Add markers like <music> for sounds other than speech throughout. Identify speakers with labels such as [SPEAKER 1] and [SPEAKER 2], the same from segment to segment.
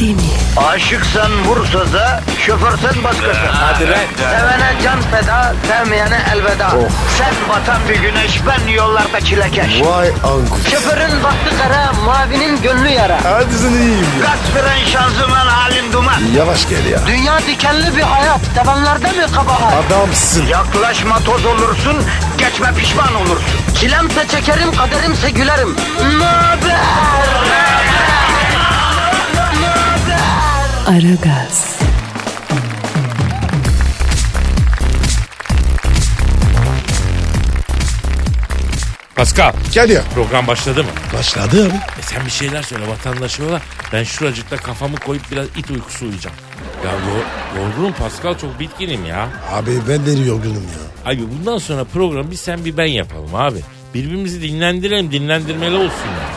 [SPEAKER 1] değil mi?
[SPEAKER 2] Aşıksan vursa da şoförsen başkasın. Hadi
[SPEAKER 3] lan.
[SPEAKER 2] Sevene can feda, sevmeyene elveda. Sen batan bir güneş, ben yollarda çilekeş.
[SPEAKER 3] Vay anku.
[SPEAKER 2] Şoförün baktı kara, mavinin gönlü yara.
[SPEAKER 3] Hadi sen iyiyim ya.
[SPEAKER 2] Kasperen şanzıman halin duman.
[SPEAKER 3] Yavaş gel ya.
[SPEAKER 2] Dünya dikenli bir hayat, sevenlerde mi kabahar?
[SPEAKER 3] Adamsın.
[SPEAKER 2] Yaklaşma toz olursun, geçme pişman olursun. Çilemse çekerim, kaderimse gülerim. Möber!
[SPEAKER 1] Aragaz,
[SPEAKER 4] Pascal
[SPEAKER 3] Gel ya.
[SPEAKER 4] program başladı mı?
[SPEAKER 3] Başladı abi.
[SPEAKER 4] E sen bir şeyler söyle vatandaşa yola. Ben şuracıkta kafamı koyup biraz it uykusu uyuyacağım. Ya yo- yorgunum Pascal çok bitkinim ya.
[SPEAKER 3] Abi ben de yorgunum ya.
[SPEAKER 4] Abi bundan sonra programı bir sen bir ben yapalım abi. Birbirimizi dinlendirelim dinlendirmeli olsun ya.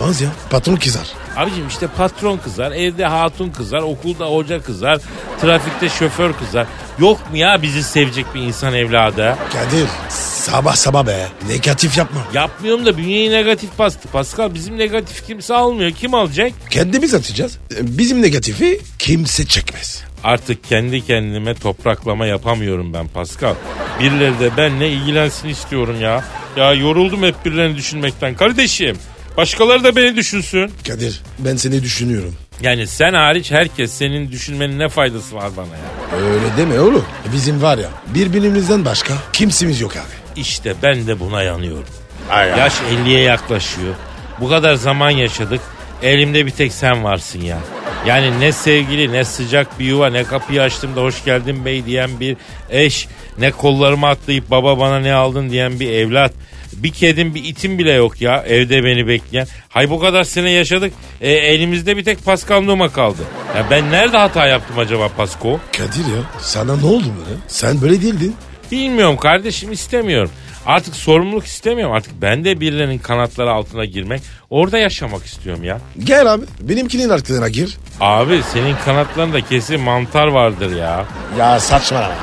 [SPEAKER 3] Olmaz ya. Patron kızar.
[SPEAKER 4] Abicim işte patron kızar, evde hatun kızar, okulda hoca kızar, trafikte şoför kızar. Yok mu ya bizi sevecek bir insan evladı?
[SPEAKER 3] Kadir sabah sabah be. Negatif yapma.
[SPEAKER 4] Yapmıyorum da bünyeyi negatif bastı. Pascal bizim negatif kimse almıyor. Kim alacak?
[SPEAKER 3] Kendimiz atacağız. Bizim negatifi kimse çekmez.
[SPEAKER 4] Artık kendi kendime topraklama yapamıyorum ben Pascal. Birileri de benle ilgilensin istiyorum ya. Ya yoruldum hep birilerini düşünmekten kardeşim. Başkaları da beni düşünsün.
[SPEAKER 3] Kadir ben seni düşünüyorum.
[SPEAKER 4] Yani sen hariç herkes senin düşünmenin ne faydası var bana ya.
[SPEAKER 3] Öyle deme oğlum. Bizim var ya birbirimizden başka kimsimiz yok abi.
[SPEAKER 4] İşte ben de buna yanıyorum. Yaş 50'ye yaklaşıyor. Bu kadar zaman yaşadık. Elimde bir tek sen varsın ya. Yani ne sevgili ne sıcak bir yuva ne kapıyı açtığımda hoş geldin bey diyen bir eş. Ne kollarıma atlayıp baba bana ne aldın diyen bir evlat. Bir kedim bir itim bile yok ya evde beni bekleyen. Hay bu kadar sene yaşadık. E, elimizde bir tek Pascal Numa kaldı. Ya ben nerede hata yaptım acaba Pasko?
[SPEAKER 3] Kadir ya sana ne oldu böyle? Sen böyle değildin.
[SPEAKER 4] Bilmiyorum kardeşim istemiyorum. Artık sorumluluk istemiyorum. Artık ben de birilerinin kanatları altına girmek, orada yaşamak istiyorum ya.
[SPEAKER 3] Gel abi benimkinin arkasına gir.
[SPEAKER 4] Abi senin kanatlarında kesin mantar vardır ya.
[SPEAKER 3] Ya saçmalama.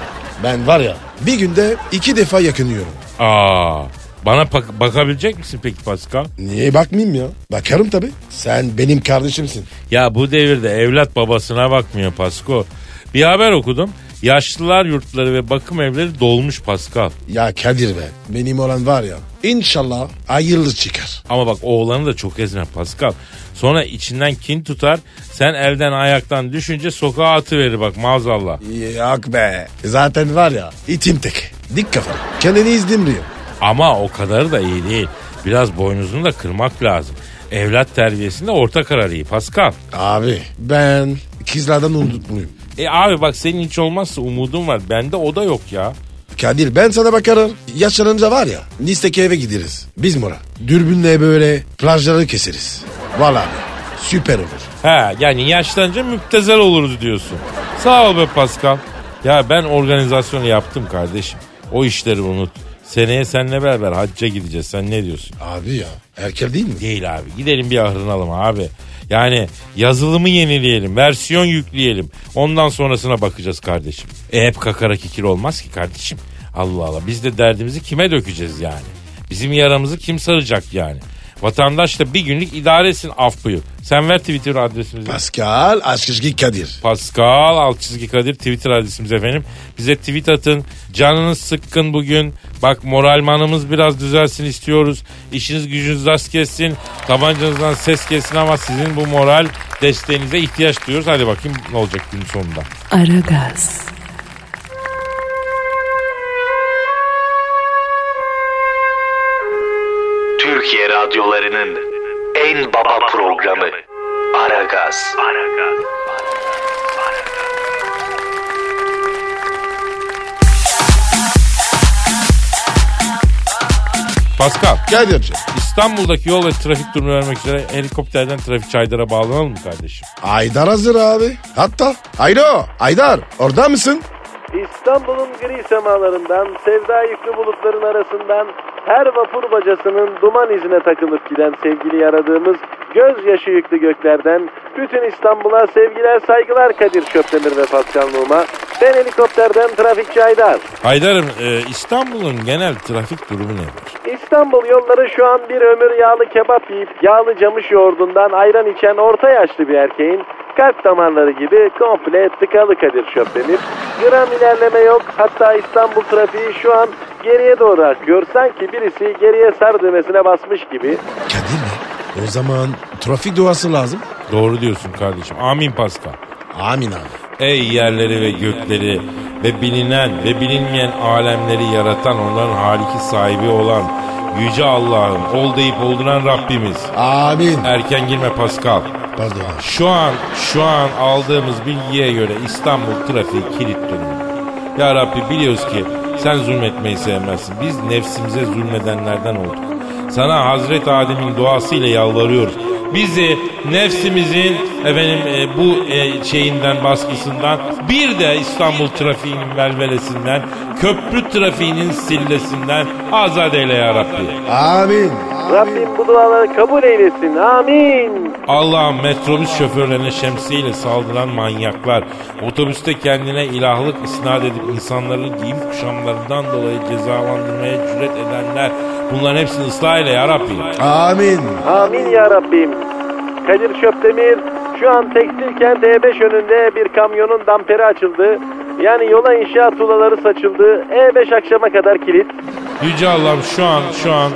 [SPEAKER 3] Ben var ya bir günde iki defa yakınıyorum.
[SPEAKER 4] Aa, bana bak- bakabilecek misin peki Pascal?
[SPEAKER 3] Niye bakmayayım ya? Bakarım tabii. Sen benim kardeşimsin.
[SPEAKER 4] Ya bu devirde evlat babasına bakmıyor Pasko. Bir haber okudum. Yaşlılar yurtları ve bakım evleri dolmuş Pascal.
[SPEAKER 3] Ya Kadir be benim olan var ya İnşallah hayırlı çıkar.
[SPEAKER 4] Ama bak oğlanı da çok ezme Pascal. Sonra içinden kin tutar. Sen elden ayaktan düşünce sokağa atıverir bak maazallah.
[SPEAKER 3] Yok be. Zaten var ya itim tek. Dik kafa. Kendini izlimliyor.
[SPEAKER 4] Ama o kadar da iyi değil. Biraz boynuzunu da kırmak lazım. Evlat terbiyesinde orta karar iyi Pascal.
[SPEAKER 3] Abi ben kızlardan unutmuyum.
[SPEAKER 4] E abi bak senin hiç olmazsa umudun var. Bende o da yok ya.
[SPEAKER 3] Kadir ben sana bakarım. Yaşlanınca var ya listeki eve gideriz. Biz mora. Dürbünle böyle plajları keseriz. Vallahi abi, süper olur.
[SPEAKER 4] Ha yani yaşlanınca müptezel oluruz diyorsun. Sağ ol be Pascal. Ya ben organizasyonu yaptım kardeşim. O işleri unut. Seneye seninle beraber hacca gideceğiz. Sen ne diyorsun?
[SPEAKER 3] Abi ya erken değil mi?
[SPEAKER 4] Değil abi. Gidelim bir ahırınalım abi. Yani yazılımı yenileyelim, versiyon yükleyelim. Ondan sonrasına bakacağız kardeşim. E hep kakara kikir olmaz ki kardeşim. Allah Allah biz de derdimizi kime dökeceğiz yani? Bizim yaramızı kim saracak yani? Vatandaş da bir günlük idare etsin af buyur. Sen ver Twitter adresimizi.
[SPEAKER 3] Pascal Askışki Kadir.
[SPEAKER 4] Pascal alt çizgi Kadir Twitter adresimiz efendim. Bize tweet atın. Canınız sıkkın bugün. Bak moralmanımız biraz düzelsin istiyoruz. İşiniz gücünüz rast kessin. Tabancanızdan ses kessin ama sizin bu moral desteğinize ihtiyaç duyuyoruz. Hadi bakayım ne olacak günün sonunda.
[SPEAKER 1] Aragaz,
[SPEAKER 2] Türkiye radyolarının en baba programı Aragaz.
[SPEAKER 4] Pascal
[SPEAKER 3] Kadir'ci.
[SPEAKER 4] İstanbul'daki yol ve trafik durumunu vermek üzere helikopterden trafik çaydara bağlanalım mı kardeşim?
[SPEAKER 3] Aydar hazır abi. Hatta Aydo, Aydar orada mısın?
[SPEAKER 5] İstanbul'un gri semalarından, sevda yüklü bulutların arasından her vapur bacasının duman izine takılıp giden sevgili aradığımız gözyaşı yüklü göklerden bütün İstanbul'a sevgiler saygılar Kadir Şöpdemir ve Pascal Numa. Ben helikopterden trafikçi Aydar.
[SPEAKER 4] Haydar'ım e, İstanbul'un genel trafik durumu nedir?
[SPEAKER 5] İstanbul yolları şu an bir ömür yağlı kebap yiyip yağlı camış yoğurdundan ayran içen orta yaşlı bir erkeğin kalp damarları gibi komple tıkalı Kadir Şöplenip gram ilerleme yok hatta İstanbul trafiği şu an geriye doğru akıyor sanki birisi geriye sar düğmesine basmış gibi
[SPEAKER 3] Kadir mi? O zaman trafik duası lazım.
[SPEAKER 4] Doğru diyorsun kardeşim. Amin Pascal.
[SPEAKER 3] Amin abi.
[SPEAKER 4] Ey yerleri ve gökleri ve bilinen ve bilinmeyen alemleri yaratan onların haliki sahibi olan Yüce Allah'ım ol deyip olduran Rabbimiz.
[SPEAKER 3] Amin.
[SPEAKER 4] Erken girme Pascal.
[SPEAKER 3] Pardon abi.
[SPEAKER 4] Şu an şu an aldığımız bilgiye göre İstanbul trafiği kilit durumda. Ya Rabbi biliyoruz ki sen zulmetmeyi sevmezsin. Biz nefsimize zulmedenlerden olduk. Sana Hazret Adem'in duasıyla yalvarıyoruz. Bizi nefsimizin efendim e, bu e, şeyinden baskısından bir de İstanbul trafiğinin velvelesinden köprü trafiğinin sillesinden azade eyle ya Rabbi.
[SPEAKER 3] Amin.
[SPEAKER 5] Rabbim bu duaları kabul eylesin amin
[SPEAKER 4] Allah'ım metrobüs şoförlerine şemsiyeyle saldıran manyaklar, otobüste kendine ilahlık isnat edip insanları giyim kuşamlarından dolayı cezalandırmaya cüret edenler, bunların hepsini ıslah eyle ya Rabbi.
[SPEAKER 3] Amin.
[SPEAKER 5] amin ya Rabbim Kadir Şöpdemir şu an tekstilkent E5 önünde bir kamyonun damperi açıldı yani yola inşaat tuğlaları saçıldı E5 akşama kadar kilit
[SPEAKER 4] Yüce Allah'ım şu an şu an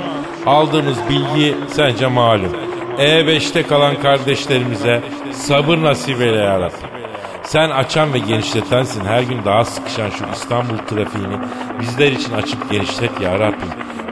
[SPEAKER 4] aldığımız bilgi sence malum. E5'te kalan kardeşlerimize sabır nasip eyle ya Rabbi. Sen açan ve genişletensin. Her gün daha sıkışan şu İstanbul trafiğini bizler için açıp genişlet ya Rabbi.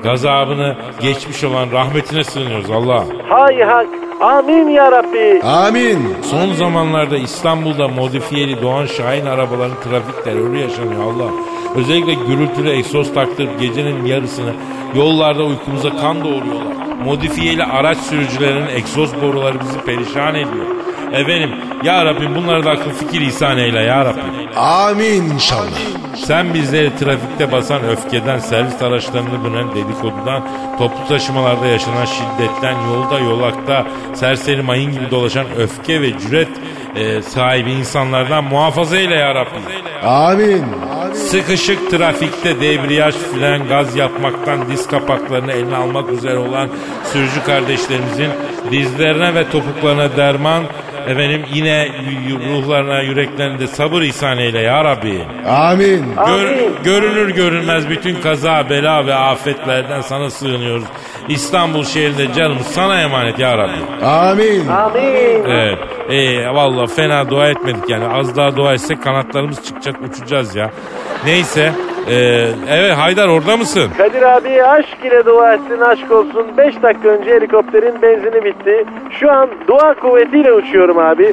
[SPEAKER 4] Gazabını geçmiş olan rahmetine sığınıyoruz Allah.
[SPEAKER 5] Hay hak. Amin ya Rabbi.
[SPEAKER 3] Amin.
[SPEAKER 4] Son zamanlarda İstanbul'da modifiyeli Doğan Şahin arabaların trafik terörü yaşanıyor Allah. Özellikle gürültülü egzoz taktırıp gecenin yarısını yollarda uykumuza kan doğuruyorlar. Modifiyeli araç sürücülerinin egzoz boruları bizi perişan ediyor. Efendim ya Rabbim bunlara da akıl fikir ihsan eyle ya Rabbim.
[SPEAKER 3] Amin inşallah.
[SPEAKER 4] Sen bizleri trafikte basan öfkeden, servis araçlarını bölen dedikodudan, toplu taşımalarda yaşanan şiddetten, yolda yolakta serseri mayın gibi dolaşan öfke ve cüret e, sahibi insanlardan muhafaza eyle ya Rabbi.
[SPEAKER 3] Amin.
[SPEAKER 4] Sıkışık trafikte debriyaj fren gaz yapmaktan diz kapaklarını eline almak üzere olan sürücü kardeşlerimizin dizlerine ve topuklarına derman, efendim yine y- y- ruhlarına, yüreklerine de sabır ihsan eyle ya Rabbi.
[SPEAKER 3] Amin.
[SPEAKER 4] Gör- görünür görünmez bütün kaza, bela ve afetlerden sana sığınıyoruz. İstanbul şehrinde canımız sana emanet ya Rabbi.
[SPEAKER 3] Amin.
[SPEAKER 5] Amin.
[SPEAKER 4] Evet. Ee, Valla fena dua etmedik yani. Az daha dua etsek kanatlarımız çıkacak uçacağız ya. Neyse. ee, evet Haydar orada mısın?
[SPEAKER 5] Kadir abi aşk ile dua etsin aşk olsun. 5 dakika önce helikopterin benzini bitti. Şu an dua kuvvetiyle uçuyorum abi.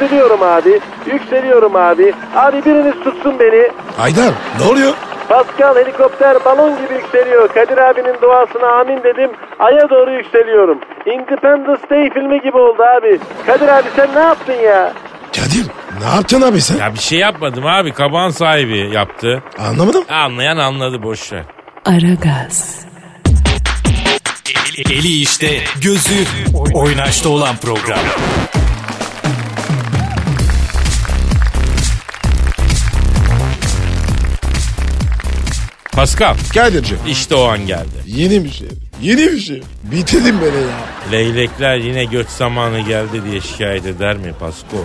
[SPEAKER 5] Süzülüyorum abi. Yükseliyorum abi. Abi biriniz tutsun beni.
[SPEAKER 3] Haydar ne oluyor?
[SPEAKER 5] Pascal helikopter balon gibi yükseliyor. Kadir abinin duasına amin dedim. Ay'a doğru yükseliyorum. Independence Day filmi gibi oldu abi. Kadir abi sen ne yaptın ya?
[SPEAKER 3] Kadir ne yaptın abi sen?
[SPEAKER 4] Ya bir şey yapmadım abi. Kaban sahibi yaptı.
[SPEAKER 3] Anlamadım.
[SPEAKER 4] Anlayan anladı boş ver.
[SPEAKER 1] Aragaz,
[SPEAKER 6] Eli işte, gözü oynaşta olan program.
[SPEAKER 4] Pascal
[SPEAKER 3] Kadir'cim
[SPEAKER 4] işte o an geldi.
[SPEAKER 3] yeni bir şey. Yeni bir şey. Bitirdim beni ya.
[SPEAKER 4] Leylekler yine göç zamanı geldi diye şikayet eder mi Pasko?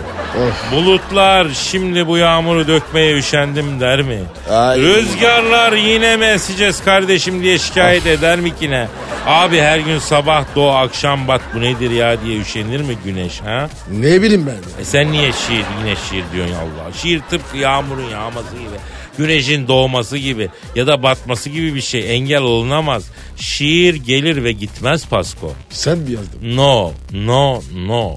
[SPEAKER 4] Bulutlar şimdi bu yağmuru dökmeye üşendim der mi?
[SPEAKER 3] Ay.
[SPEAKER 4] Rüzgarlar yine mi eseceğiz kardeşim diye şikayet eder mi ki ne? Abi her gün sabah doğu akşam bat bu nedir ya diye üşenir mi güneş ha?
[SPEAKER 3] Ne bileyim ben ya.
[SPEAKER 4] E sen niye şiir yine şiir diyorsun ya Allah? Şiir tıpkı yağmurun yağması gibi. Güneşin doğması gibi ya da batması gibi bir şey engel olunamaz. Şiir gelir ve gitmez Pasko.
[SPEAKER 3] Sen mi yazdın?
[SPEAKER 4] No, no, no.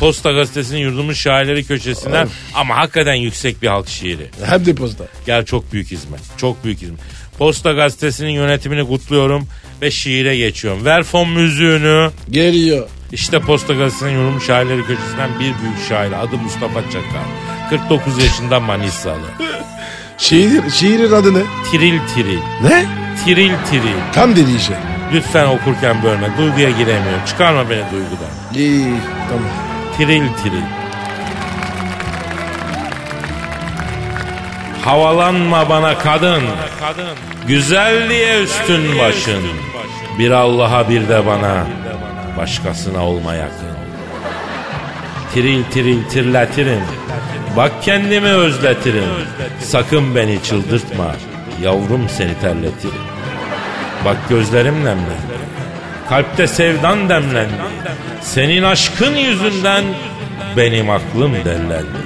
[SPEAKER 4] Posta gazetesinin yurdumun şairleri köşesinden ama hakikaten yüksek bir halk şiiri.
[SPEAKER 3] Hem de posta.
[SPEAKER 4] Gel çok büyük hizmet, çok büyük hizmet. Posta gazetesinin yönetimini kutluyorum ve şiire geçiyorum. Ver fon müziğini.
[SPEAKER 3] Geliyor.
[SPEAKER 4] İşte Posta Gazetesi'nin yorum şairleri köşesinden bir büyük şair. Adı Mustafa Çakar. 49 yaşında Manisalı.
[SPEAKER 3] Şiir, şiirin adı ne?
[SPEAKER 4] Tiril tiril.
[SPEAKER 3] Ne?
[SPEAKER 4] Tiril tiril.
[SPEAKER 3] Tam dediği şey.
[SPEAKER 4] Lütfen okurken bölme. Duyguya giremiyorum. Çıkarma beni duygudan.
[SPEAKER 3] İyi tamam.
[SPEAKER 4] Tiril tiril. Havalanma bana kadın. Güzel diye üstün başın. Bir Allah'a bir de bana. Başkasına olma yakın. Tiril tiril tirletirim. Bak kendimi özletirim. Sakın beni çıldırtma. Yavrum seni terletirim. Bak gözlerim nemlendi. Kalpte sevdan demlendi. Senin aşkın yüzünden benim aklım dellendi.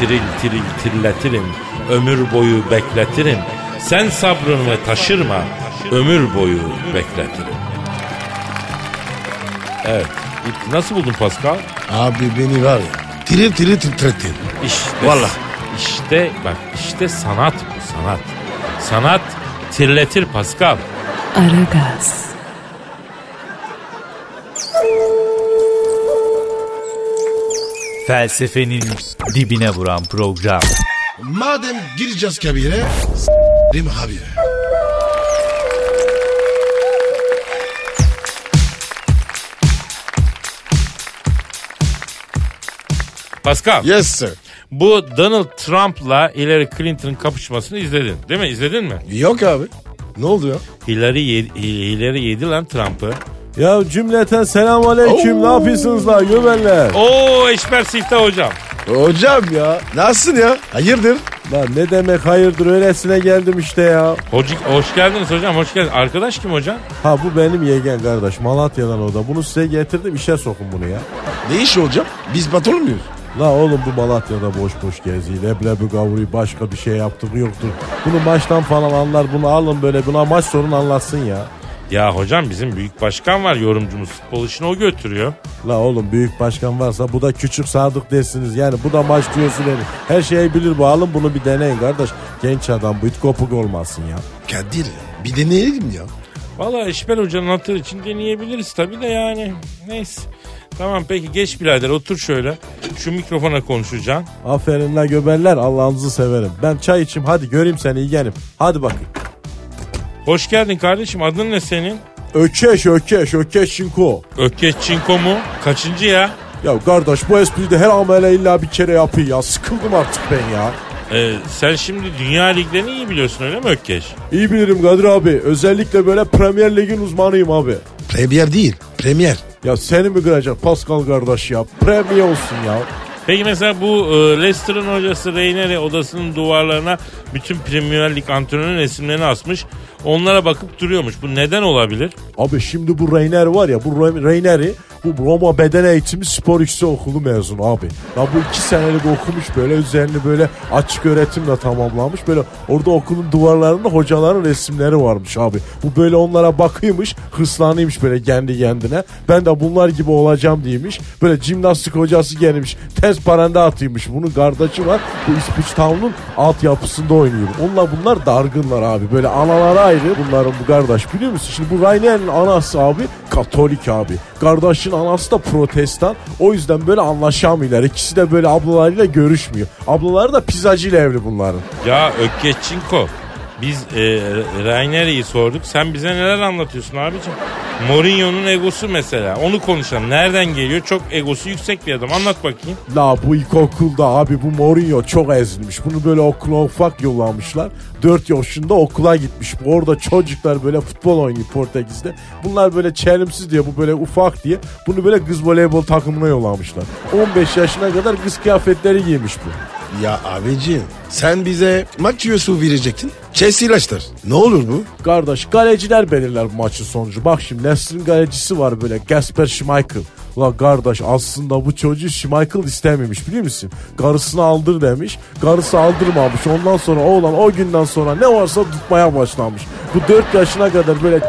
[SPEAKER 4] Tiril tiril tirletirim. Ömür boyu bekletirim. Sen sabrını taşırma. Ömür boyu bekletirim. Evet. Nasıl buldun Pascal?
[SPEAKER 3] Abi beni var ya. Tiril tiril titrettin.
[SPEAKER 4] İşte,
[SPEAKER 3] Vallahi.
[SPEAKER 4] işte bak işte sanat bu sanat. Sanat tirletir Pascal.
[SPEAKER 1] Aragaz,
[SPEAKER 6] Felsefenin dibine vuran program.
[SPEAKER 3] Madem gireceğiz kabire. Değil mi abi?
[SPEAKER 4] Pascal
[SPEAKER 3] Yes sir.
[SPEAKER 4] bu Donald Trump'la Hillary Clinton'ın kapışmasını izledin değil mi? İzledin mi?
[SPEAKER 3] Yok abi. Ne oldu ya?
[SPEAKER 4] Hillary yedi, Hillary yedi lan Trump'ı.
[SPEAKER 7] Ya cümleten selam aleyküm. Ne yapıyorsunuz la göbenler?
[SPEAKER 4] Oo Eşber Siftah hocam.
[SPEAKER 3] Hocam ya. Nasılsın ya? Hayırdır?
[SPEAKER 7] Lan ne demek hayırdır öylesine geldim işte ya.
[SPEAKER 4] Hoci- hoş geldiniz hocam hoş geldiniz. Arkadaş kim hocam?
[SPEAKER 7] Ha bu benim yegen kardeş Malatya'dan o da. Bunu size getirdim işe sokun bunu ya.
[SPEAKER 3] Ne iş hocam? Biz patron muyuz?
[SPEAKER 7] La oğlum bu Malatya'da boş boş gezi. Leblebi gavruyu başka bir şey yaptığı yoktur. Bunu maçtan falan anlar bunu alın böyle buna maç sorun anlatsın ya.
[SPEAKER 4] Ya hocam bizim büyük başkan var yorumcumuz futbol işini o götürüyor.
[SPEAKER 7] La oğlum büyük başkan varsa bu da küçük sadık dersiniz. Yani bu da maç diyorsun herif. Her şeyi bilir bu alın bunu bir deneyin kardeş. Genç adam bu it kopuk olmasın ya.
[SPEAKER 3] Kadir bir deneyelim ya.
[SPEAKER 4] Valla Eşber hocanın hatırı için deneyebiliriz tabii de yani. Neyse. Tamam peki geç birader otur şöyle. Şu mikrofona konuşacaksın.
[SPEAKER 7] Aferin la göberler Allah'ınızı severim. Ben çay içeyim hadi göreyim seni yeğenim. Hadi bakayım.
[SPEAKER 4] Hoş geldin kardeşim adın ne senin?
[SPEAKER 7] Ökeş ökeş ökeş şinko.
[SPEAKER 4] Ökkeş Çinko mu? Kaçıncı ya?
[SPEAKER 7] Ya kardeş bu espriyi de her amele illa bir kere yapıyor ya. Sıkıldım artık ben ya.
[SPEAKER 4] Ee, sen şimdi dünya liglerini iyi biliyorsun öyle mi Ökkeş?
[SPEAKER 7] İyi bilirim Kadir abi. Özellikle böyle Premier Lig'in uzmanıyım abi.
[SPEAKER 3] Premier değil. Premier.
[SPEAKER 7] Ya seni mi kıracak Pascal kardeş ya? Premier olsun ya.
[SPEAKER 4] Peki mesela bu e, Leicester'ın hocası Reyneri odasının duvarlarına bütün Premier Lig antrenörün resimlerini asmış. Onlara bakıp duruyormuş. Bu neden olabilir?
[SPEAKER 7] Abi şimdi bu Reiner var ya bu Re- Reiner'i bu Roma Beden Eğitimi Spor Yüksek Okulu mezunu abi. Ya bu iki senelik okumuş böyle üzerini böyle açık öğretimle tamamlamış. Böyle orada okulun duvarlarında hocaların resimleri varmış abi. Bu böyle onlara bakıyormuş hırslanıyormuş böyle kendi kendine. Ben de bunlar gibi olacağım diyemiş. Böyle jimnastik hocası gelmiş. Ters paranda atıyormuş. Bunun kardeşi var. Bu İspuçtav'ın altyapısında oynuyor. Onunla bunlar dargınlar abi. Böyle analara ayrı bunların bu kardeş biliyor musun? Şimdi bu Rainer'in anası abi Katolik abi. Kardeşin anası da protestan. O yüzden böyle anlaşamıyorlar. İkisi de böyle ablalarıyla görüşmüyor. Ablaları da pizzacıyla evli bunların.
[SPEAKER 4] Ya Ökkeş Çinko biz e, Raineri'yi sorduk. Sen bize neler anlatıyorsun abicim? Mourinho'nun egosu mesela. Onu konuşalım. Nereden geliyor? Çok egosu yüksek bir adam. Anlat bakayım.
[SPEAKER 7] La bu ilkokulda abi bu Mourinho çok ezilmiş. Bunu böyle okula ufak yollamışlar. 4 yaşında okula gitmiş. Bu Orada çocuklar böyle futbol oynuyor Portekiz'de. Bunlar böyle çelimsiz diye bu böyle ufak diye. Bunu böyle kız voleybol takımına yollamışlar. 15 yaşına kadar kız kıyafetleri giymiş bu.
[SPEAKER 3] Ya abicim sen bize maç yiyorsu verecektin. Chelsea ilaçlar. Ne olur bu?
[SPEAKER 7] Kardeş kaleciler belirler bu maçın sonucu. Bak şimdi Leicester'ın kalecisi var böyle Gasper Schmeichel. La kardeş aslında bu çocuğu Schmeichel istememiş biliyor musun? Karısını aldır demiş. Karısı aldırmamış. Ondan sonra oğlan o günden sonra ne varsa tutmaya başlamış. Bu 4 yaşına kadar böyle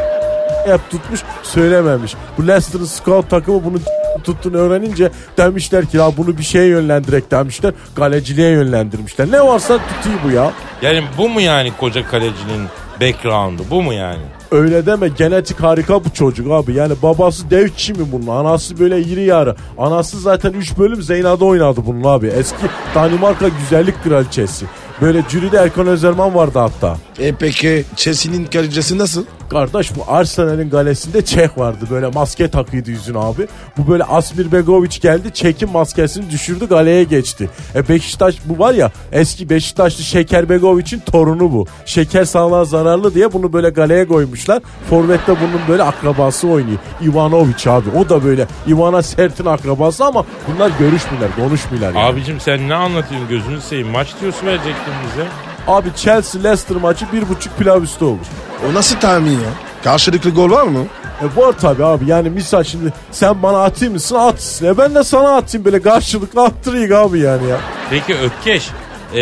[SPEAKER 7] hep tutmuş söylememiş. Bu Leicester'ın scout takımı bunu tuttuğunu öğrenince demişler ki ya bunu bir şeye yönlendirek demişler. Kaleciliğe yönlendirmişler. Ne varsa tutuyor bu ya.
[SPEAKER 4] Yani bu mu yani koca kalecinin background'u? Bu mu yani?
[SPEAKER 7] Öyle deme genetik harika bu çocuk abi. Yani babası dev çimi bunun. Anası böyle iri yarı. Anası zaten 3 bölüm Zeyna'da oynadı bunun abi. Eski Danimarka güzellik kraliçesi. Böyle jüride Erkan Özerman vardı hatta.
[SPEAKER 3] E peki Chelsea'nin kalecisi nasıl?
[SPEAKER 7] Kardeş bu Arsenal'in galesinde Çek vardı. Böyle maske takıydı yüzüne abi. Bu böyle Asmir Begoviç geldi. Çek'in maskesini düşürdü galeye geçti. E Beşiktaş bu var ya eski Beşiktaşlı Şeker Begoviç'in torunu bu. Şeker sağlığa zararlı diye bunu böyle galeye koymuşlar. Forvet'te bunun böyle akrabası oynuyor. Ivanoviç abi. O da böyle Ivana Sert'in akrabası ama bunlar görüşmüyorlar, konuşmuyorlar. yani.
[SPEAKER 4] Abicim sen ne anlatıyorsun gözünü seveyim. Maç diyorsun verecektin bize.
[SPEAKER 7] Abi Chelsea Leicester maçı bir buçuk pilav üstü olmuş.
[SPEAKER 3] O nasıl tahmin ya? Karşılıklı gol var mı?
[SPEAKER 7] E var tabi abi yani misal şimdi sen bana atayım mısın atsın. E ben de sana atayım böyle karşılıklı attırayım abi yani ya.
[SPEAKER 4] Peki Ökkeş e,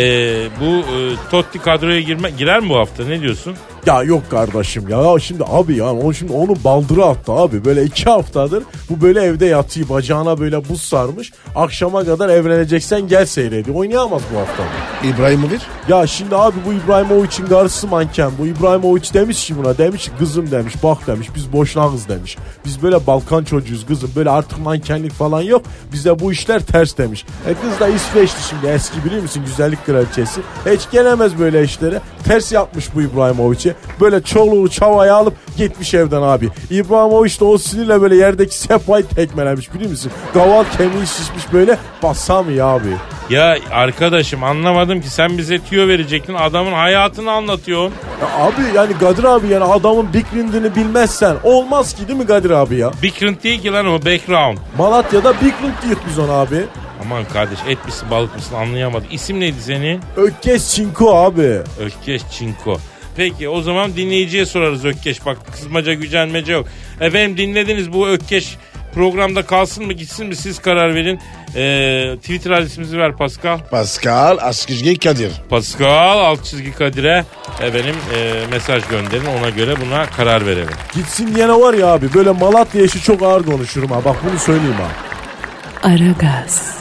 [SPEAKER 4] bu e, Totti kadroya girme, girer mi bu hafta ne diyorsun?
[SPEAKER 7] Ya yok kardeşim ya. ya şimdi abi ya onu şimdi onu baldıra attı abi. Böyle iki haftadır bu böyle evde yatıyor bacağına böyle buz sarmış. Akşama kadar evleneceksen gel seyredi. Oynayamaz bu hafta.
[SPEAKER 3] İbrahimovic?
[SPEAKER 7] Ya şimdi abi bu İbrahimovic'in karısı manken. Bu İbrahimovic demiş ki buna demiş ki kızım demiş bak demiş biz boşnağız demiş. Biz böyle Balkan çocuğuyuz kızım böyle artık mankenlik falan yok. Bize bu işler ters demiş. E kız da İsveçli şimdi eski biliyor musun güzellik kraliçesi. Hiç gelemez böyle işlere. Ters yapmış bu İbrahimovic'i. Böyle çoluğu çavaya alıp gitmiş evden abi. İbrahimovic de o sinirle böyle yerdeki sefayı tekmelemiş biliyor musun? Gaval kemiği şişmiş böyle basamıyor abi.
[SPEAKER 4] Ya arkadaşım anlamadım ki sen bize tüyo verecektin adamın hayatını anlatıyorsun.
[SPEAKER 7] Ya abi yani Kadir abi yani adamın Bicklind'ini bilmezsen olmaz ki değil mi Kadir abi ya?
[SPEAKER 4] Bikrint değil ki lan o background.
[SPEAKER 7] Malatya'da Bicklund diyoruz biz ona abi.
[SPEAKER 4] Aman kardeş et misin balık mısın anlayamadım. İsim neydi senin?
[SPEAKER 7] Ökkes Çinko abi.
[SPEAKER 4] Ökkeş Çinko. Peki o zaman dinleyiciye sorarız Ökkeş. Bak kızmaca gücenmece yok. Efendim dinlediniz bu Ökkeş programda kalsın mı gitsin mi siz karar verin. Ee, Twitter adresimizi ver Pascal.
[SPEAKER 3] Pascal Askizgi Kadir.
[SPEAKER 4] Pascal alt çizgi Kadir'e efendim e, mesaj gönderin ona göre buna karar verelim.
[SPEAKER 7] Gitsin diyene var ya abi böyle Malatya işi çok ağır konuşurum ha bak bunu söyleyeyim ha.
[SPEAKER 1] Aragaz,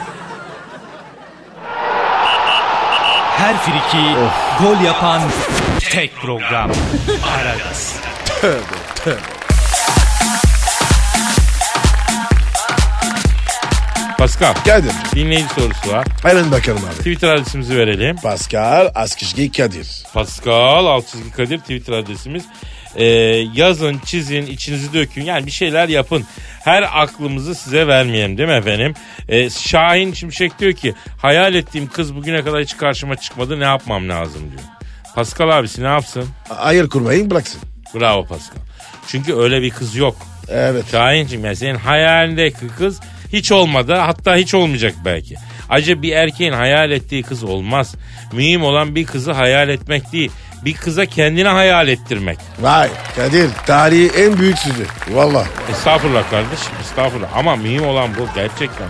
[SPEAKER 6] Her friki gol yapan tek program. Aragaz.
[SPEAKER 4] Pascal
[SPEAKER 3] Kadir.
[SPEAKER 4] dinleyici sorusu var.
[SPEAKER 3] Hemen bakalım abi.
[SPEAKER 4] Twitter adresimizi verelim.
[SPEAKER 3] Pascal Askizgi Kadir.
[SPEAKER 4] Pascal alt çizgi Kadir Twitter adresimiz. Ee, yazın, çizin, içinizi dökün. Yani bir şeyler yapın. Her aklımızı size vermeyelim değil mi efendim? Ee, Şahin Şimşek diyor ki hayal ettiğim kız bugüne kadar hiç karşıma çıkmadı ne yapmam lazım diyor. Pascal abisi ne yapsın?
[SPEAKER 3] Hayır kurmayın bıraksın.
[SPEAKER 4] Bravo Pascal. Çünkü öyle bir kız yok.
[SPEAKER 3] Evet.
[SPEAKER 4] Şahin'cim ya senin hayalindeki kız hiç olmadı hatta hiç olmayacak belki. Acaba bir erkeğin hayal ettiği kız olmaz. Mühim olan bir kızı hayal etmek değil. Bir kıza kendini hayal ettirmek.
[SPEAKER 3] Vay Kadir tarihi en büyük sözü. Valla.
[SPEAKER 4] Estağfurullah kardeşim estağfurullah. Ama mühim olan bu gerçekten.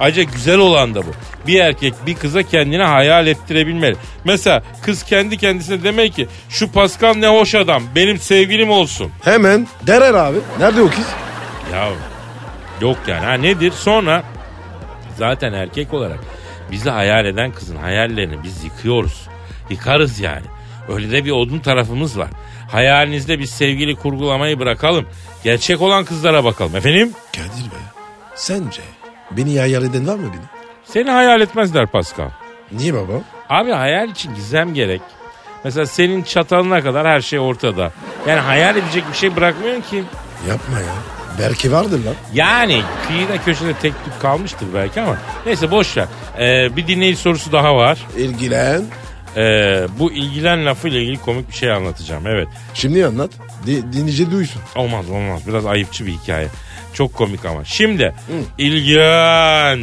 [SPEAKER 4] Ayrıca güzel olan da bu. Bir erkek bir kıza kendini hayal ettirebilmeli. Mesela kız kendi kendisine demeli ki şu Pascal ne hoş adam benim sevgilim olsun.
[SPEAKER 3] Hemen derer abi. Nerede o kız?
[SPEAKER 4] Ya yok yani. Ha nedir? Sonra zaten erkek olarak bizi hayal eden kızın hayallerini biz yıkıyoruz. Yıkarız yani. Öyle de bir odun tarafımız var. Hayalinizde bir sevgili kurgulamayı bırakalım. Gerçek olan kızlara bakalım. Efendim?
[SPEAKER 3] Kadir be. Sence beni hayal eden var mı biri?
[SPEAKER 4] Seni hayal etmezler Pascal.
[SPEAKER 3] Niye baba?
[SPEAKER 4] Abi hayal için gizem gerek. Mesela senin çatalına kadar her şey ortada. Yani hayal edecek bir şey bırakmıyorsun ki.
[SPEAKER 3] Yapma ya. Belki vardır lan.
[SPEAKER 4] Yani kıyıda köşede tek tük kalmıştır belki ama neyse boş ver. Ee, bir dinleyici sorusu daha var.
[SPEAKER 3] İlgilen.
[SPEAKER 4] Ee, bu ilgilen lafıyla ilgili komik bir şey anlatacağım. Evet.
[SPEAKER 3] Şimdi anlat. Di- dinleyici duysun.
[SPEAKER 4] Olmaz olmaz. Biraz ayıpçı bir hikaye. Çok komik ama. Şimdi ilgilen.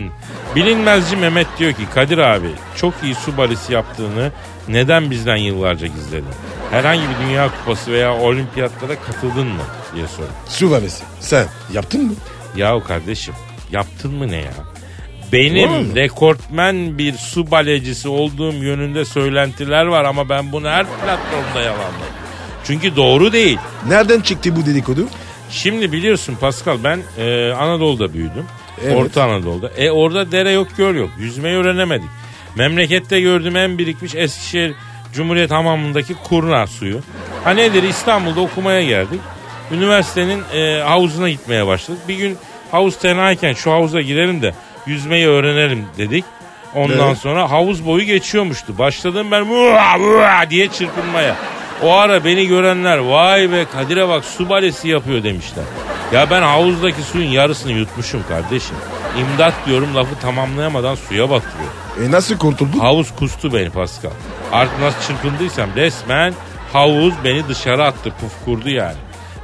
[SPEAKER 4] Bilinmezci Mehmet diyor ki Kadir abi çok iyi su barisi yaptığını neden bizden yıllarca gizledin? Herhangi bir dünya kupası veya olimpiyatlara katıldın mı diye soruyor.
[SPEAKER 3] Su vermesi. Sen yaptın mı?
[SPEAKER 4] Yahu kardeşim yaptın mı ne ya? Benim
[SPEAKER 3] Var mı?
[SPEAKER 4] rekortmen bir su balecisi olduğum yönünde söylentiler var ama ben bunu her platformda yalanladım. Çünkü doğru değil.
[SPEAKER 3] Nereden çıktı bu dedikodu?
[SPEAKER 4] Şimdi biliyorsun Pascal ben e, Anadolu'da büyüdüm.
[SPEAKER 3] Evet.
[SPEAKER 4] Orta Anadolu'da. E orada dere yok göl yok. Yüzmeyi öğrenemedik. Memlekette gördüğüm en birikmiş Eskişehir Cumhuriyet Hamamı'ndaki kurna suyu. Ha nedir İstanbul'da okumaya geldik. Üniversitenin e, havuzuna gitmeye başladık. Bir gün havuz tenayken şu havuza girelim de yüzmeyi öğrenelim dedik. Ondan
[SPEAKER 3] Evet.
[SPEAKER 4] sonra havuz boyu geçiyormuştu. Başladım ben vua vua diye çırpınmaya. O ara beni görenler vay be Kadir'e bak su balesi yapıyor demişler. Ya ben havuzdaki suyun yarısını yutmuşum kardeşim. İmdat diyorum lafı tamamlayamadan suya batıyor.
[SPEAKER 3] E nasıl kurtuldun?
[SPEAKER 4] Havuz kustu beni Pascal. Artık nasıl çırpındıysam resmen havuz beni dışarı attı puf kurdu yani.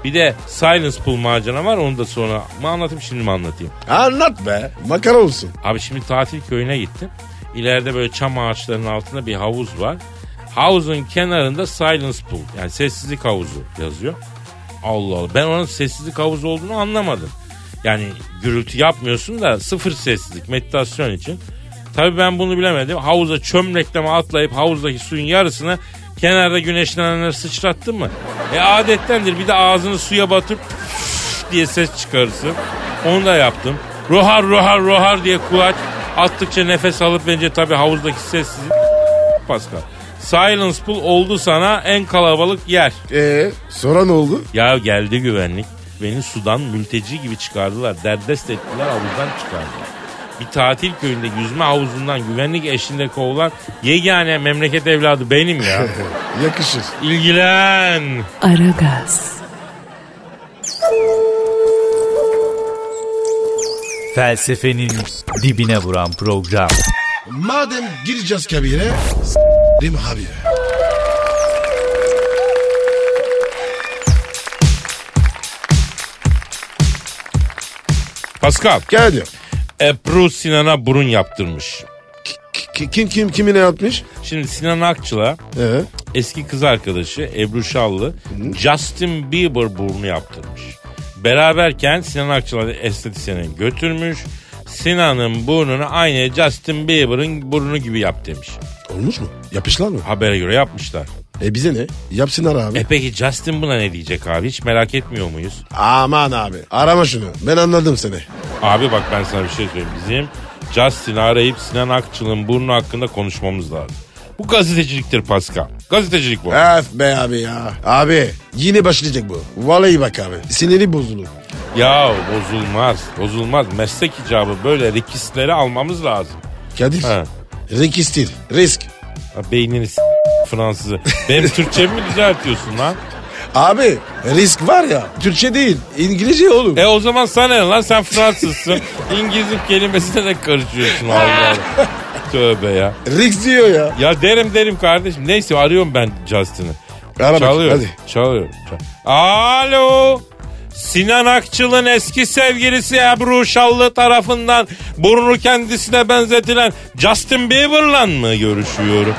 [SPEAKER 4] Bir de Silence Pool macera var onu da sonra mı anlatayım şimdi mi anlatayım?
[SPEAKER 3] Anlat be. Makara olsun.
[SPEAKER 4] Abi şimdi tatil köyüne gittim. İleride böyle çam ağaçlarının altında bir havuz var. Havuzun kenarında Silence Pool yani sessizlik havuzu yazıyor. Allah Allah ben onun sessizlik havuzu olduğunu anlamadım. Yani gürültü yapmıyorsun da sıfır sessizlik meditasyon için. Tabii ben bunu bilemedim. Havuza çömlekleme atlayıp havuzdaki suyun yarısını kenarda güneşlenenler sıçrattın mı? E adettendir bir de ağzını suya batırıp diye ses çıkarırsın. Onu da yaptım. Rohar rohar rohar diye kulaç attıkça nefes alıp bence tabii havuzdaki sessizlik Pascal. Silence Pool oldu sana en kalabalık yer.
[SPEAKER 3] E sonra ne oldu?
[SPEAKER 4] Ya geldi güvenlik. Beni sudan mülteci gibi çıkardılar. Derdest ettiler havuzdan çıkardılar. Bir tatil köyünde yüzme havuzundan güvenlik eşliğinde kovulan yegane memleket evladı benim <laughs> ya.
[SPEAKER 3] Yakışır.
[SPEAKER 4] İlgilen.
[SPEAKER 1] Aragaz,
[SPEAKER 6] Felsefenin dibine vuran program.
[SPEAKER 3] Madem gireceğiz kabire s**rim abi.
[SPEAKER 4] Pascal.
[SPEAKER 3] Gel diyor.
[SPEAKER 4] Ebru Sinan'a burun yaptırmış.
[SPEAKER 3] Ki- ki- Kim kim kimine yapmış?
[SPEAKER 4] Şimdi Sinan Akçıl'a
[SPEAKER 3] Ee,
[SPEAKER 4] eski kız arkadaşı Ebru Şallı Justin Bieber burnu yaptırmış. Beraberken Sinan Akçıl'a da estetisyene götürmüş. Sinan'ın burnunu aynı Justin Bieber'ın burnu gibi yap demiş.
[SPEAKER 3] olmuş mu? Yapışlar mı?
[SPEAKER 4] Habere göre yapmışlar.
[SPEAKER 3] E bize ne? Yapsınlar abi.
[SPEAKER 4] E peki Justin buna ne diyecek abi? Hiç merak etmiyor muyuz?
[SPEAKER 3] Aman abi. Arama şunu. Ben anladım seni.
[SPEAKER 4] Abi bak ben sana bir şey söyleyeyim. Bizim Justin'i arayıp Sinan Akçıl'ın burnu hakkında konuşmamız lazım. Bu gazeteciliktir Pascal. Gazetecilik bu.
[SPEAKER 3] Öf be abi ya. Abi yine başlayacak bu. Vallahi bak abi. Siniri bozulur.
[SPEAKER 4] Ya bozulmaz, bozulmaz. Meslek icabı böyle rikisleri almamız lazım.
[SPEAKER 3] Kadir.
[SPEAKER 4] Ha.
[SPEAKER 3] Rekistil. Risk.
[SPEAKER 4] Ha, beynini s- Fransızı. Benim Türkçemi mi düzeltiyorsun lan?
[SPEAKER 3] Abi risk var ya. Türkçe değil. İngilizce oğlum.
[SPEAKER 4] E o zaman sana ne lan sen Fransızsın. İngilizlik kelimesine de karışıyorsun Allah Allah. Tövbe ya.
[SPEAKER 3] risk diyor ya.
[SPEAKER 4] Ya derim derim kardeşim. Neyse arıyorum ben Justin'ı.
[SPEAKER 3] Ara bakayım,
[SPEAKER 4] çalıyor.
[SPEAKER 3] hadi.
[SPEAKER 4] Çalıyor. Çal- Alo. Sinan Akçıl'ın eski sevgilisi Ebru Şallı tarafından burnu kendisine benzetilen Justin Bieber'la mı görüşüyorum?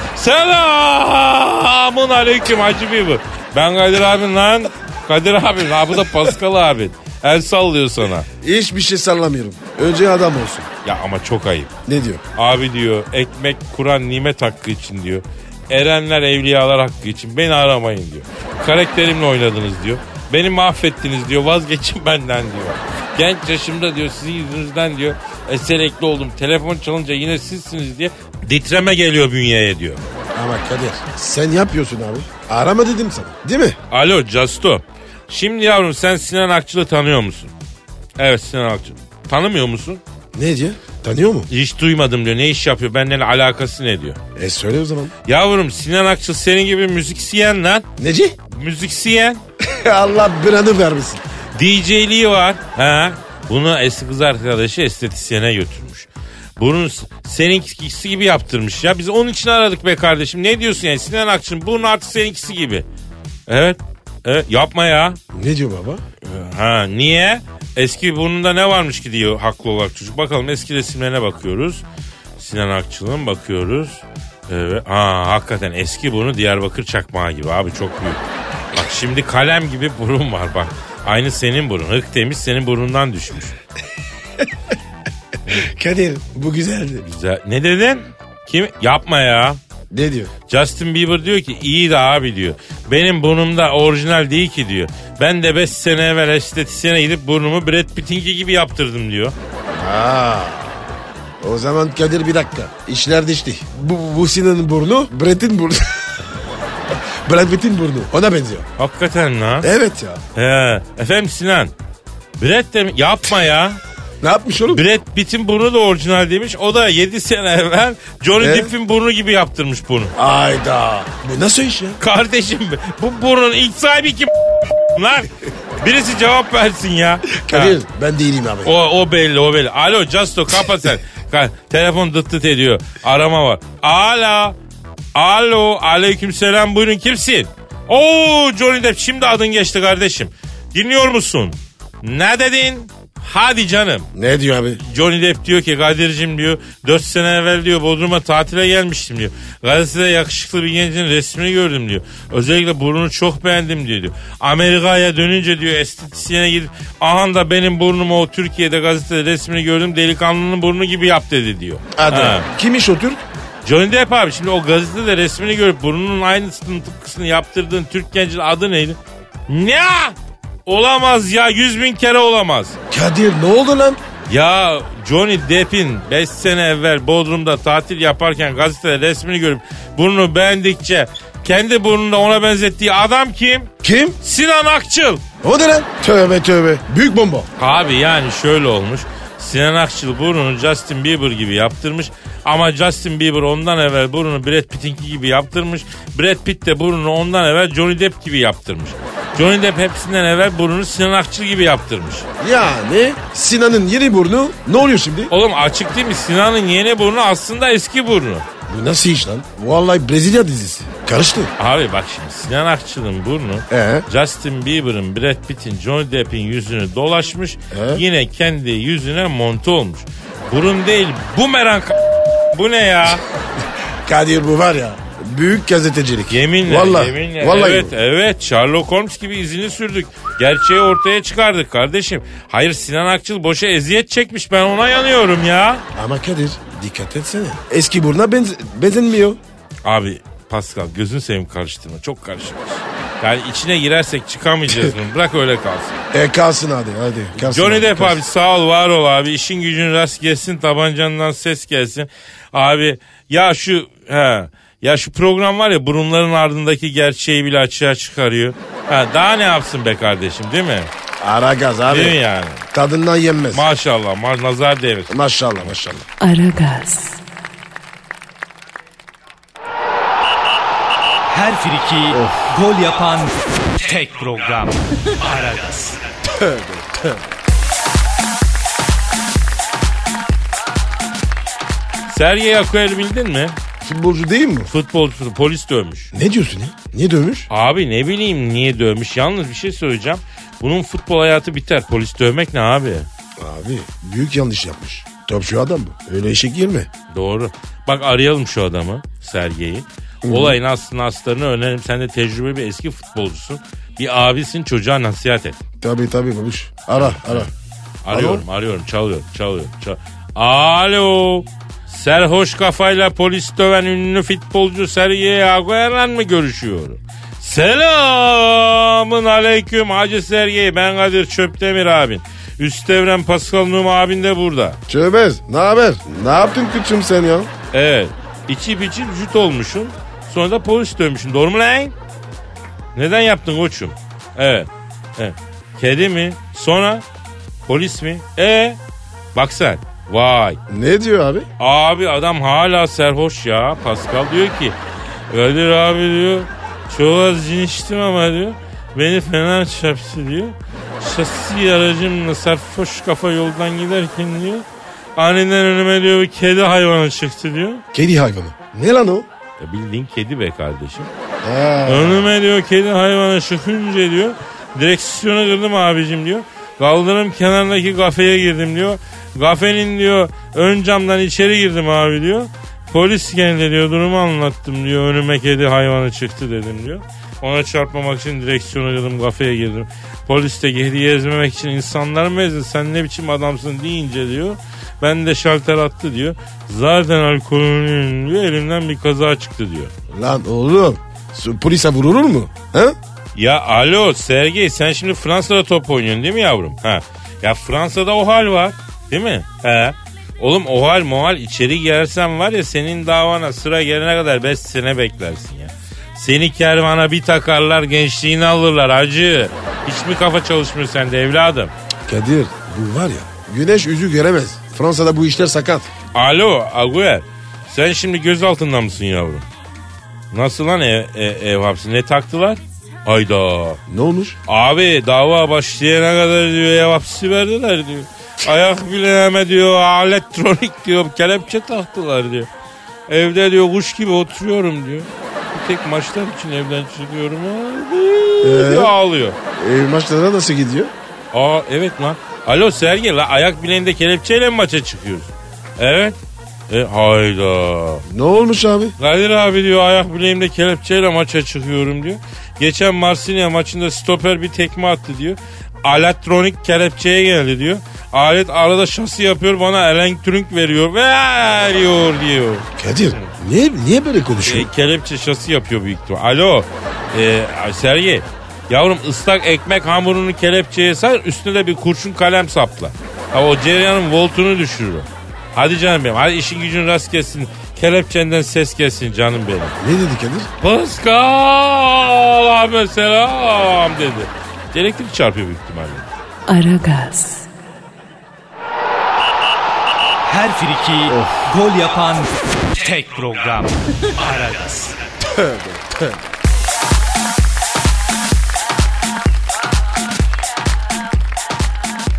[SPEAKER 4] Selamun aleyküm Hacı Bieber. Ben Kadir abin lan. Kadir abin. Ha bu da Pascal abin. El sallıyor sana.
[SPEAKER 3] Hiçbir şey sallamıyorum. Önce adam olsun.
[SPEAKER 4] Ya ama çok ayıp.
[SPEAKER 3] Ne diyor?
[SPEAKER 4] Abi diyor ekmek kuran nimet hakkı için diyor. Erenler evliyalar hakkı için beni aramayın diyor. Karakterimle oynadınız diyor. Beni mahvettiniz diyor vazgeçin <laughs> benden diyor. Genç yaşımda diyor sizin yüzünüzden diyor eserekli oldum. Telefon çalınca yine sizsiniz diye titreme geliyor bünyeye diyor.
[SPEAKER 3] Ama Kadir sen yapıyorsun abi. Arama dedim sana. Değil mi?
[SPEAKER 4] Alo Casto. Şimdi yavrum sen Sinan Akçıl'ı tanıyor musun? Evet Sinan Akçıl. Tanımıyor musun?
[SPEAKER 3] Ne diyor? Tanıyor mu?
[SPEAKER 4] Hiç duymadım diyor. Ne iş yapıyor? Benden alakası ne diyor?
[SPEAKER 3] E söyle o zaman.
[SPEAKER 4] Yavrum Sinan Akçıl senin gibi müziksiyen lan.
[SPEAKER 3] Neci? <laughs>
[SPEAKER 4] Müziksiyen.
[SPEAKER 3] Allah bir anı vermesin.
[SPEAKER 4] DJ'liği var. Ha? Bunu eski kız arkadaşı estetisyene götürmüş. Bunun s- seninkisi gibi yaptırmış ya. Biz onun için aradık be kardeşim. Ne diyorsun yani Sinan Akçın bunun artık seninkisi gibi. Evet. Evet yapma ya.
[SPEAKER 3] Ne diyor baba?
[SPEAKER 4] Ha niye? Eski burnunda ne varmış ki diyor haklı olarak çocuk. Bakalım eski resimlerine bakıyoruz. Sinan Akçıl'ın bakıyoruz. Evet. Aa, hakikaten eski burnu Diyarbakır çakmağı gibi abi çok büyük. Bak şimdi kalem gibi burun var bak. Aynı senin burun. Hık demiş senin burnundan düşmüş.
[SPEAKER 3] Kadir bu güzeldi.
[SPEAKER 4] Güzel. Ne dedin? Kim? Yapma ya.
[SPEAKER 3] Ne diyor?
[SPEAKER 4] Justin Bieber diyor ki iyi de abi diyor. Benim burnumda orijinal değil ki diyor. Ben de 5 sene evvel estetisyene gidip burnumu Brad Pitt'inki gibi yaptırdım diyor.
[SPEAKER 3] Aa. O zaman Kadir bir dakika. İşler dişti. Bu, bu Sinan'ın burnu Brett'in burnu. <laughs> Brad Pitt'in burnu. Ona benziyor.
[SPEAKER 4] Hakikaten lan.
[SPEAKER 3] Evet ya.
[SPEAKER 4] He, efendim Sinan. Brett de mi? Yapma ya.
[SPEAKER 3] Ne yapmış oğlum?
[SPEAKER 4] Brad Pitt'in burnu da orijinal demiş. O da 7 sene evvel Johnny
[SPEAKER 3] He?
[SPEAKER 4] Depp'in burnu gibi yaptırmış bunu.
[SPEAKER 3] Ayda. Bu nasıl iş ya?
[SPEAKER 4] Kardeşim bu burnun ilk sahibi kim lan? Birisi cevap versin ya.
[SPEAKER 3] Kadir
[SPEAKER 4] Ha,
[SPEAKER 3] ben değilim abi.
[SPEAKER 4] O, o belli o belli. Alo Justo kapa sen. Ka- Telefon dıt dıt ediyor. Arama var. Ala. Alo. Aleyküm selam buyurun kimsin? Oo Johnny Depp şimdi adın geçti kardeşim. Dinliyor musun? Ne dedin? Hadi canım.
[SPEAKER 3] Ne diyor abi?
[SPEAKER 4] Johnny Depp diyor ki Kadir'cim diyor 4 sene evvel diyor Bodrum'a tatile gelmiştim diyor. Gazetede yakışıklı bir gencin resmini gördüm diyor. Özellikle burnunu çok beğendim diyor. diyor. Amerika'ya dönünce diyor estetisyene gidip aha da benim burnumu o Türkiye'de gazetede resmini gördüm delikanlının burnu gibi yap dedi diyor. Ha.
[SPEAKER 3] Adam. Kim iş o Türk?
[SPEAKER 4] Johnny Depp abi şimdi o gazetede resmini görüp burnunun aynısını tıpkısını yaptırdığın Türk gencin adı neydi? Ne? Olamaz ya yüz bin kere olamaz.
[SPEAKER 3] Kadir ne oldu lan?
[SPEAKER 4] Ya Johnny Depp'in 5 sene evvel Bodrum'da tatil yaparken gazetede resmini görüp burnunu beğendikçe kendi burnunda ona benzettiği adam kim?
[SPEAKER 3] Kim?
[SPEAKER 4] Sinan Akçıl.
[SPEAKER 3] O ne lan? Tövbe tövbe. Büyük bomba.
[SPEAKER 4] Abi yani şöyle olmuş. Sinan Akçıl burnunu Justin Bieber gibi yaptırmış. Ama Justin Bieber ondan evvel burnunu Brad Pitt'inki gibi yaptırmış. Brad Pitt de burnunu ondan evvel Johnny Depp gibi yaptırmış. Johnny Depp hepsinden evvel burnunu Sinan Akçıl gibi yaptırmış.
[SPEAKER 3] Yani Sinan'ın yeni burnu ne oluyor şimdi?
[SPEAKER 4] Oğlum açık değil mi? Sinan'ın yeni burnu aslında eski burnu.
[SPEAKER 3] Bu nasıl iş lan? Vallahi Brezilya dizisi. Karıştı.
[SPEAKER 4] Abi bak şimdi Sinan Akçıl'ın burnu
[SPEAKER 3] Ee?
[SPEAKER 4] Justin Bieber'ın, Brad Pitt'in, Johnny Depp'in yüzünü dolaşmış.
[SPEAKER 3] Ee?
[SPEAKER 4] Yine kendi yüzüne monte olmuş. Burun değil bu meran bu ne ya?
[SPEAKER 3] Kadir bu var ya. Büyük gazetecilik.
[SPEAKER 4] Yeminle
[SPEAKER 3] Vallahi.
[SPEAKER 4] yeminle.
[SPEAKER 3] Vallahi.
[SPEAKER 4] evet evet Sherlock Holmes gibi izini sürdük. Gerçeği ortaya çıkardık kardeşim. Hayır Sinan Akçıl boşa eziyet çekmiş ben ona yanıyorum ya.
[SPEAKER 3] Ama Kadir dikkat etsene. Eski buruna benze benzenmiyor.
[SPEAKER 4] Abi Pascal gözün seveyim karıştırma çok karıştırmış. Yani içine girersek çıkamayacağız bunu bırak öyle kalsın.
[SPEAKER 3] E kalsın hadi hadi. Kalsın
[SPEAKER 4] Johnny
[SPEAKER 3] hadi,
[SPEAKER 4] Depp
[SPEAKER 3] kalsın.
[SPEAKER 4] abi sağ ol var ol abi. İşin gücün rast gelsin tabancandan ses gelsin. Abi ya şu he, ya şu program var ya burunların ardındaki gerçeği bile açığa çıkarıyor. Ha, daha ne yapsın be kardeşim değil mi?
[SPEAKER 3] Ara gaz abi.
[SPEAKER 4] Değil mi yani?
[SPEAKER 3] Tadından yenmez.
[SPEAKER 4] Maşallah ma- nazar değmesin.
[SPEAKER 3] maşallah maşallah.
[SPEAKER 1] Aragaz,
[SPEAKER 6] Her friki gol yapan tek program. Aragaz.
[SPEAKER 4] Sergey Akoyer'i bildin mi?
[SPEAKER 3] Futbolcu değil mi?
[SPEAKER 4] Futbolcu polis dövmüş.
[SPEAKER 3] Ne diyorsun ya? Niye dövmüş?
[SPEAKER 4] Abi ne bileyim niye dövmüş. Yalnız bir şey söyleyeceğim. Bunun futbol hayatı biter. Polis dövmek ne abi?
[SPEAKER 3] Abi büyük yanlış yapmış. Topçu adam bu. Öyle işe girme.
[SPEAKER 4] Doğru. Bak arayalım şu adamı Sergey'i. Olayın aslını aslarını öğrenelim. Sen de tecrübeli bir eski futbolcusun. Bir abisin çocuğa nasihat et.
[SPEAKER 3] Tabii tabii babuş. Ara ara.
[SPEAKER 4] Arıyorum arıyorum çalıyorum çalıyorum. Çal- Alo. Serhoş kafayla polis döven ünlü futbolcu Sergey Aguero'yla mı görüşüyorum? Selamın aleyküm Hacı Sergey. Ben Kadir Çöptemir abin. Üstevren Pascal Numa abin de burada.
[SPEAKER 3] Çömez ne haber? Ne yaptın küçüm sen ya?
[SPEAKER 4] Evet. İçip içip jüt olmuşum. Sonra da polis dövmüşüm. Doğru mu lan? Neden yaptın koçum? Evet. evet. Kedi mi? Sonra? Polis mi? E Bak sen. Vay.
[SPEAKER 3] Ne diyor abi?
[SPEAKER 4] Abi adam hala serhoş ya. Pascal diyor ki Kadir abi diyor çok az cin içtim ama diyor beni fena çarptı diyor. Şasi aracımla serhoş kafa yoldan giderken diyor aniden önüme diyor bir kedi hayvanı çıktı diyor.
[SPEAKER 3] Kedi hayvanı. Ne lan o?
[SPEAKER 4] Ya E, bildiğin kedi be kardeşim.
[SPEAKER 3] Ha.
[SPEAKER 4] Önüme diyor kedi hayvana şıkınca diyor. Direksiyonu kırdım abicim diyor. Kaldırım kenarındaki kafeye girdim diyor. Kafenin diyor ön camdan içeri girdim abi diyor. Polis geldi diyor durumu anlattım diyor. Önüme kedi hayvanı çıktı dedim diyor. Ona çarpmamak için direksiyonu kırdım kafeye girdim. Polis de kediyi ezmemek için insanlar mı ezdin sen ne biçim adamsın deyince diyor. Ben de şalter attı diyor. Zaten alkolün diyor elimden bir kaza çıktı diyor.
[SPEAKER 3] Lan oğlum. su- Polise vurulur mu? Ha?
[SPEAKER 4] Ya alo Sergey sen şimdi Fransa'da top oynuyorsun değil mi yavrum? Ha. Ya Fransa'da o hal var değil mi? He. Oğlum o hal mohal içeri girersen var ya senin davana sıra gelene kadar 5 sene beklersin ya. Seni kervana bir takarlar gençliğini alırlar acı. Hiç mi kafa çalışmıyor sende evladım?
[SPEAKER 3] Kadir bu var ya Güneş yüzü göremez. Fransa'da bu işler sakat.
[SPEAKER 4] Alo Agüer. Sen şimdi gözaltında mısın yavrum? Nasıl lan ev, ev, ev hapsi? Ne taktılar? Ayda.
[SPEAKER 3] Ne olmuş?
[SPEAKER 4] Abi dava başlayana kadar diyor ev hapsi verdiler diyor. Ayak bileğime diyor elektronik diyor kelepçe taktılar diyor. Evde diyor kuş gibi oturuyorum diyor. Bir tek maçlar için evden çıkıyorum. Abi, diyor, ağlıyor.
[SPEAKER 3] E, maçlara nasıl gidiyor?
[SPEAKER 4] Aa evet lan. Alo Sergen la ayak bileğinde kelepçeyle mi maça çıkıyoruz? Evet. E, hayda.
[SPEAKER 3] Ne olmuş abi?
[SPEAKER 4] Kadir abi diyor ayak bileğimde kelepçeyle maça çıkıyorum diyor. Geçen Marsilya maçında stoper bir tekme attı diyor. Elektronik kelepçeye geldi diyor. Alet arada şasi yapıyor bana elektronik veriyor. Veriyor diyor.
[SPEAKER 3] Kadir niye, niye böyle konuşuyor?
[SPEAKER 4] E, kelepçe şasi yapıyor büyük ihtimal. Alo. E, Sergi. Yavrum ıslak ekmek hamurunu kelepçeye sar üstüne de bir kurşun kalem sapla. Ha, o cereyanın voltunu düşürür. o. Hadi canım benim hadi işin gücün rast gelsin. Kelepçenden ses gelsin canım benim.
[SPEAKER 3] Ne dedi Kadir?
[SPEAKER 4] Pascal abi selam dedi. Elektrik çarpıyor büyük ihtimalle.
[SPEAKER 1] Aragaz,
[SPEAKER 6] Her friki gol yapan tek program. Aragaz.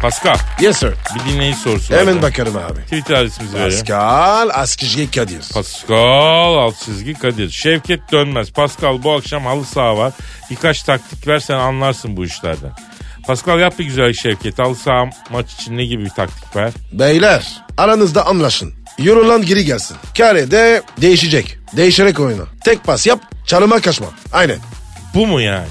[SPEAKER 4] Pascal
[SPEAKER 3] Yes sir.
[SPEAKER 4] bir dinleyici sorusu var.
[SPEAKER 3] Hemen bakarım abi.
[SPEAKER 4] Twitter adresimizi verelim.
[SPEAKER 3] Pascal Askışge Kadir.
[SPEAKER 4] Pascal alt çizgi Kadir. Şevket Dönmez. Pascal bu akşam halı saha var. Birkaç taktik versen anlarsın bu işlerden. Pascal yap bir güzel Şevket. Halı saha maç için ne gibi bir taktik ver?
[SPEAKER 3] Beyler aranızda anlaşın. Yorulan geri gelsin. Kare de değişecek. Değişerek oyna. Tek pas yap, çalıma kaçma. Aynen.
[SPEAKER 4] Bu mu yani?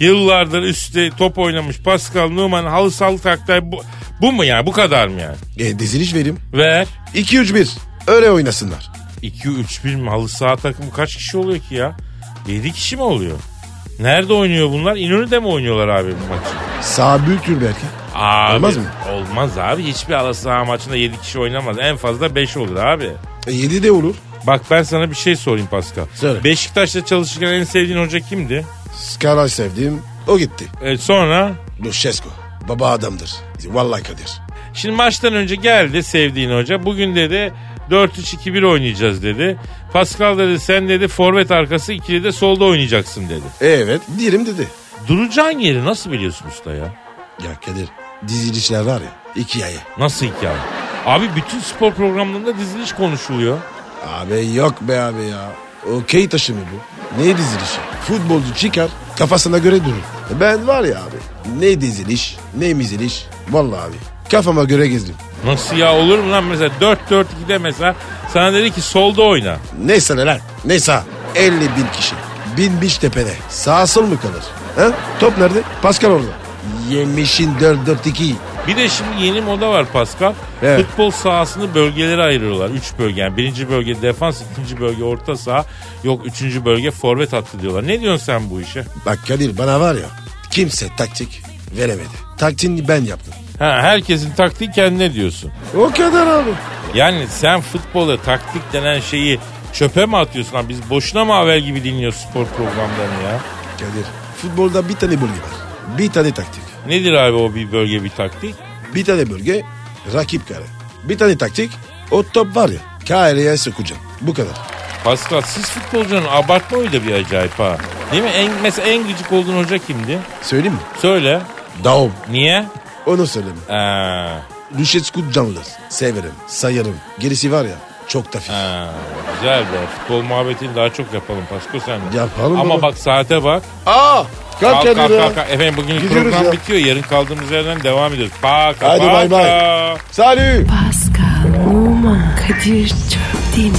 [SPEAKER 4] Yıllardır üstte top oynamış Pascal Numan halı saha taktiği bu, bu mu yani? Bu kadar mı yani?
[SPEAKER 3] E, diziliş vereyim.
[SPEAKER 4] Ver.
[SPEAKER 3] 2-3-1. Öyle oynasınlar.
[SPEAKER 4] 2-3-1 mi? Halı saha takımı kaç kişi oluyor ki ya? 7 kişi mi oluyor? Nerede oynuyor bunlar? İnönü'de mi oynuyorlar abi bu maçı?
[SPEAKER 3] Sağ büyüktür belki.
[SPEAKER 4] Abi,
[SPEAKER 3] Olmaz mı?
[SPEAKER 4] Olmaz abi. Hiçbir halı saha maçında 7 kişi oynamaz. En fazla 5 olur abi.
[SPEAKER 3] E, 7 de olur.
[SPEAKER 4] Bak ben sana bir şey sorayım Pascal.
[SPEAKER 3] Söyle.
[SPEAKER 4] Beşiktaş'ta çalışırken en sevdiğin hoca kimdi?
[SPEAKER 3] Skala'yı sevdim. O gitti.
[SPEAKER 4] E, sonra
[SPEAKER 3] Luchescu. Baba adamdır. Vallahi Kadir.
[SPEAKER 4] Şimdi maçtan önce geldi sevdiğin hoca. Bugün dedi 4-3-2-1 oynayacağız dedi. Pascal dedi sen dedi forvet arkası ikili de solda oynayacaksın dedi.
[SPEAKER 3] Evet diyelim dedi.
[SPEAKER 4] Duracağın yeri nasıl biliyorsun usta ya?
[SPEAKER 3] Ya Kadir dizilişler var ya iki yayı.
[SPEAKER 4] Nasıl hikaye? Abi bütün spor programlarında diziliş konuşuluyor.
[SPEAKER 3] Abi yok be abi ya. Okey taşı mı bu? Ne dizilişi? Futbolcu çıkar kafasına göre durur. E Ben var ya abi ne diziliş ne miziliş. Vallahi abi kafama göre gezdim.
[SPEAKER 4] Nasıl ya olur mu lan mesela 4-4-2'de mesela sana dedi ki solda oyna.
[SPEAKER 3] Neyse ne lan neyse 50 bin kişi. Binmiş tepede. Sağ sol mu kalır? Ha? Top nerede? Pascal orada. Yemişin 4-4-2.
[SPEAKER 4] Bir de şimdi yeni moda var Pascal.
[SPEAKER 3] Evet.
[SPEAKER 4] Futbol sahasını bölgelere ayırıyorlar. Üç bölge yani birinci bölge defans, ikinci bölge orta saha, yok üçüncü bölge forvet hattı diyorlar. Ne diyorsun sen bu işe?
[SPEAKER 3] Bak Kadir bana var ya kimse taktik veremedi. Taktiğini ben yaptım.
[SPEAKER 4] Ha, herkesin taktiği kendine diyorsun.
[SPEAKER 3] O kadar abi.
[SPEAKER 4] Yani sen futbola taktik denen şeyi çöpe mi atıyorsun? Lan biz boşuna mı haber gibi dinliyoruz spor programlarını ya?
[SPEAKER 3] Kadir futbolda bir tane bölge var. Bir tane taktik.
[SPEAKER 4] Nedir abi o bir bölge bir taktik?
[SPEAKER 3] Bir tane bölge rakip kare. Bir tane taktik o top var ya kareye sokacaksın. Bu kadar.
[SPEAKER 4] Pascal siz futbolcunun abartma oyu da bir acayip ha. Değil mi? En, mesela en gıcık olduğun hoca kimdi?
[SPEAKER 3] Söyleyeyim mi?
[SPEAKER 4] Söyle.
[SPEAKER 3] Daum.
[SPEAKER 4] Niye?
[SPEAKER 3] Onu söyleme.
[SPEAKER 4] Ee,
[SPEAKER 3] Luşetsku canlıdır. Severim, sayarım. Gerisi var ya çok hafif.
[SPEAKER 4] Ha, güzel be. Futbol muhabbetini daha çok yapalım Pasko sen. de.
[SPEAKER 3] Yapalım
[SPEAKER 4] Ama
[SPEAKER 3] baba.
[SPEAKER 4] bak saate bak.
[SPEAKER 3] Aa! Kalk
[SPEAKER 4] Kalk
[SPEAKER 3] Kadir
[SPEAKER 4] kalk kalk.
[SPEAKER 3] ya.
[SPEAKER 4] kalk. Efendim bugün
[SPEAKER 3] Gidiyoruz
[SPEAKER 4] program
[SPEAKER 3] ya.
[SPEAKER 4] bitiyor. Yarın kaldığımız yerden devam ediyoruz. Paka
[SPEAKER 3] Hadi bay bay.
[SPEAKER 4] paka.
[SPEAKER 3] Salü.
[SPEAKER 1] Pascal, Oman, Kadir çok değil mi?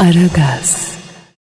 [SPEAKER 1] Aragaz.